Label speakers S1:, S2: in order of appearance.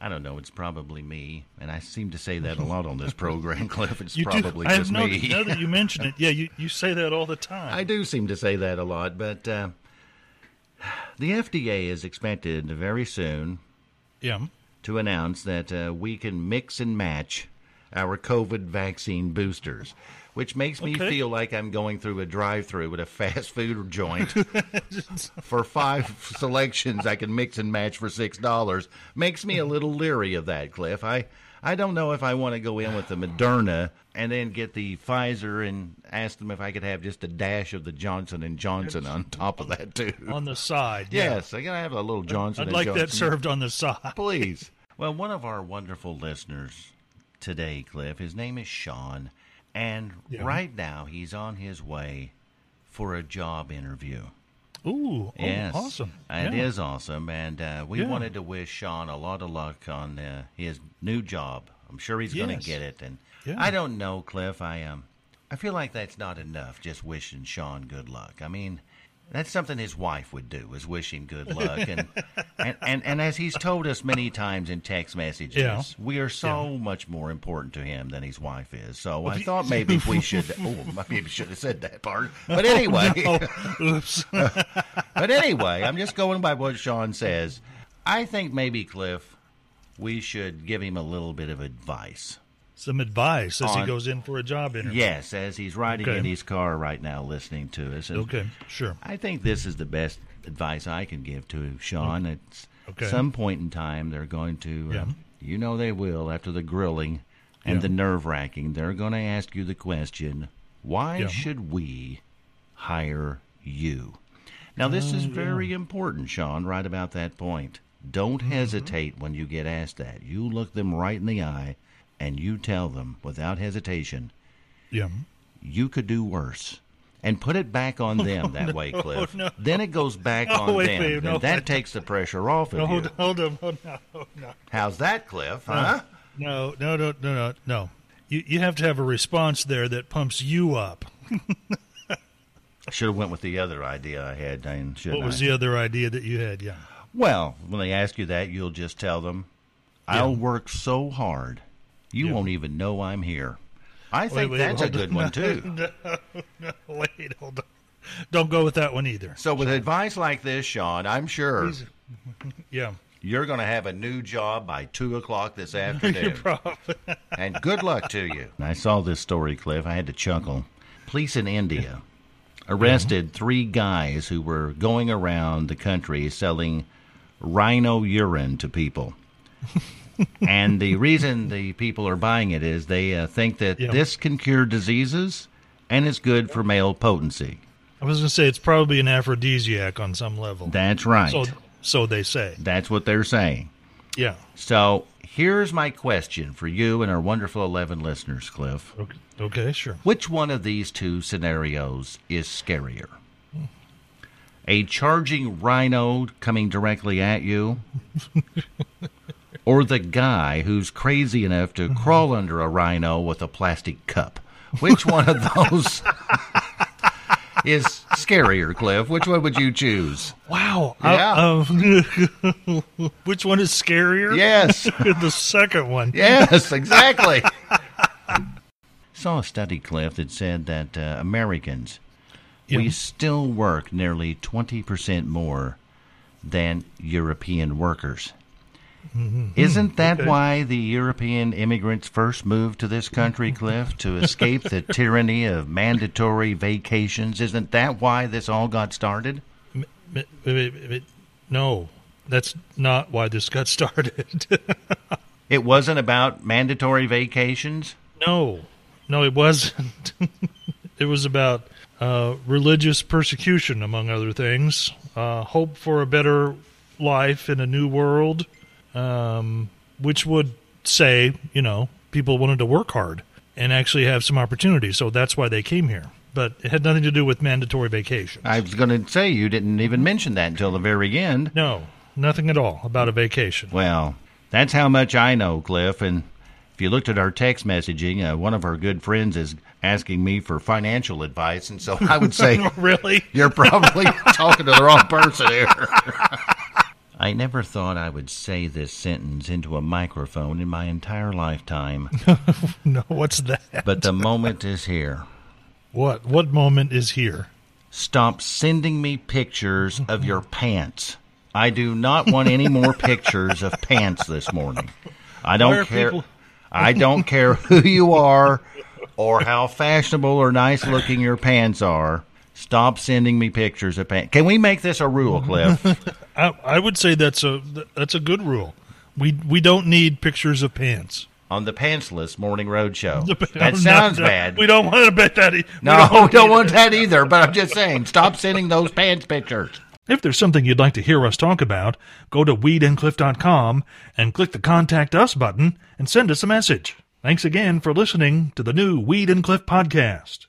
S1: I don't know. It's probably me, and I seem to say that a lot on this program, Cliff. It's
S2: You do-
S1: probably
S2: I have
S1: just
S2: no-
S1: me.
S2: Now that you mention it, yeah, you, you say that all the time.
S1: I do seem to say that a lot, but uh, the FDA is expected very soon
S2: yeah.
S1: to announce that uh, we can mix and match our COVID vaccine boosters, which makes me
S2: Okay.
S1: feel like I'm going through a drive-through at a fast food joint for five selections I can mix and match for six dollars. Makes me a little leery of that, Cliff. I I don't know if I want to go in with the Moderna and then get the Pfizer and ask them if I could have just a dash of the Johnson and Johnson on top of that too.
S2: On the side. Yeah.
S1: Yes, I gotta have a little Johnson.
S2: I'd
S1: and
S2: like
S1: Johnson
S2: that served on the side.
S1: please. Well, one of our wonderful listeners today, Cliff, his name is Sean, and
S2: Yeah.
S1: right now he's on his way for a job interview.
S2: Ooh. oh,
S1: yes,
S2: awesome.
S1: It
S2: Yeah.
S1: is awesome, and uh, we
S2: Yeah.
S1: wanted to wish Sean a lot of luck on uh, his new job. I'm sure he's going
S2: Yes.
S1: to get it. And
S2: Yeah.
S1: I don't know, Cliff. I um, I feel like that's not enough. Just wishing Sean good luck. I mean. That's something his wife would do is wish him good luck, and and, and, and as he's told us many times in text messages,
S2: Yeah.
S1: we are so much more important to him than his wife is. So I thought maybe we should. Oh, maybe I should have said that part. But anyway,
S2: Oops.
S1: but anyway, I'm just going by what Sean says. I think maybe Cliff, we should give him a little bit of advice.
S2: Some advice as he
S1: On-
S2: goes in for a job interview.
S1: Yes, as he's riding
S2: Okay.
S1: in his car right now, listening to us. And
S2: Okay. Sure.
S1: I think this is the best advice I can give to Sean. It's
S2: Okay.
S1: some point in time they're going to, uh,
S2: Yeah.
S1: you know, they will after the grilling and
S2: Yeah.
S1: the nerve wracking. They're going to ask you the question: Why
S2: Yeah.
S1: should we hire you? Now, this
S2: Uh,
S1: is very important, Sean, right about that point. Don't
S2: Mm-hmm.
S1: hesitate when you get asked that. You look them right in the eye and you tell them without hesitation,
S2: Yeah.
S1: you could do worse. And put it back on them that way, Cliff.
S2: Oh, no.
S1: Then it goes back
S2: No,
S1: on
S2: wait,
S1: them.
S2: wait,
S1: and
S2: no.
S1: that takes the pressure off of
S2: No,
S1: you.
S2: hold, hold on. Hold on. Hold on.
S1: How's that, Cliff? Huh?
S2: No, no, no, no, no, no. You, you have to have a response there that pumps you up.
S1: I should have went with the other idea I had, Dane. Shouldn't
S2: What was
S1: I?
S2: the other idea that you had? Yeah.
S1: Well, when they ask you that, you'll just tell them, "I'll work so hard, you won't even know I'm here." I think
S2: wait,
S1: that's a
S2: hold
S1: good one too.
S2: Wait, hold on. Don't go with that one either.
S1: So, with advice like this, Sean, I'm sure
S2: Yeah.
S1: you're going to have a new job by two o'clock this afternoon.
S2: Probably.
S1: and good luck to you. I saw this story, Cliff. I had to chuckle. Police in India arrested three guys who were going around the country selling rhino urine to people. and the reason the people are buying it is they uh, think that
S2: Yeah.
S1: this can cure diseases and it's good for male potency.
S2: I was going to say it's probably an aphrodisiac on some level.
S1: That's right.
S2: so, so they say.
S1: That's what they're saying.
S2: Yeah.
S1: So here's my question for you and our wonderful 11 listeners, Cliff.
S2: Okay, okay sure.
S1: Which one of these two scenarios is scarier? A charging rhino coming directly at you, or the guy who's crazy enough to crawl under a rhino with a plastic cup? Which one of those is scarier, Cliff? Which one would you choose?
S2: Wow.
S1: Yeah.
S2: uh, which one is scarier?
S1: Yes.
S2: the second one.
S1: Yes, exactly. Saw a study, Cliff, that said that uh, Americans we
S2: Yeah.
S1: still work nearly twenty percent more than European workers. Mm-hmm. Isn't that why the European immigrants first moved to this country, Cliff, to escape the tyranny of mandatory vacations? Isn't that why this all got started?
S2: M- m- m- No, that's not why this got started.
S1: It wasn't about mandatory vacations.
S2: No, no, it wasn't. it was about uh, religious persecution, among other things, uh, hope for a better life in a new world, um, which would say, you know, people wanted to work hard and actually have some opportunity. So that's why they came here. but it had nothing to do with mandatory vacation.
S1: I was going to say you didn't even mention that until the very end.
S2: No, nothing at all about a vacation.
S1: Well, that's how much I know, Cliff. And if you looked at our text messaging, uh, one of our good friends is asking me for financial advice, and so I would say
S2: really?
S1: you're probably talking to the wrong person here. I never thought I would say this sentence into a microphone in my entire lifetime,
S2: No, what's that?
S1: but the moment is here.
S2: What what moment is here?
S1: Stop sending me pictures of your pants. I do not want any more pictures of pants this morning. I
S2: Why
S1: don't
S2: are
S1: care.
S2: people-
S1: I don't care who you are or how fashionable or nice looking your pants are. Stop sending me pictures of pants. Can we make this a rule, Cliff?
S2: I, I would say that's a that's a good rule. We we don't need pictures of pants.
S1: On the pantsless morning road show.
S2: No,
S1: That sounds
S2: no,
S1: bad.
S2: We don't want to bet that. e- we
S1: No, we don't,
S2: to-
S1: want that either, but I'm just saying, stop sending those pants pictures.
S2: If there's something you'd like to hear us talk about, go to weedandcliff.com and click the Contact Us button and send us a message. Thanks again for listening to the new Weed and Cliff podcast.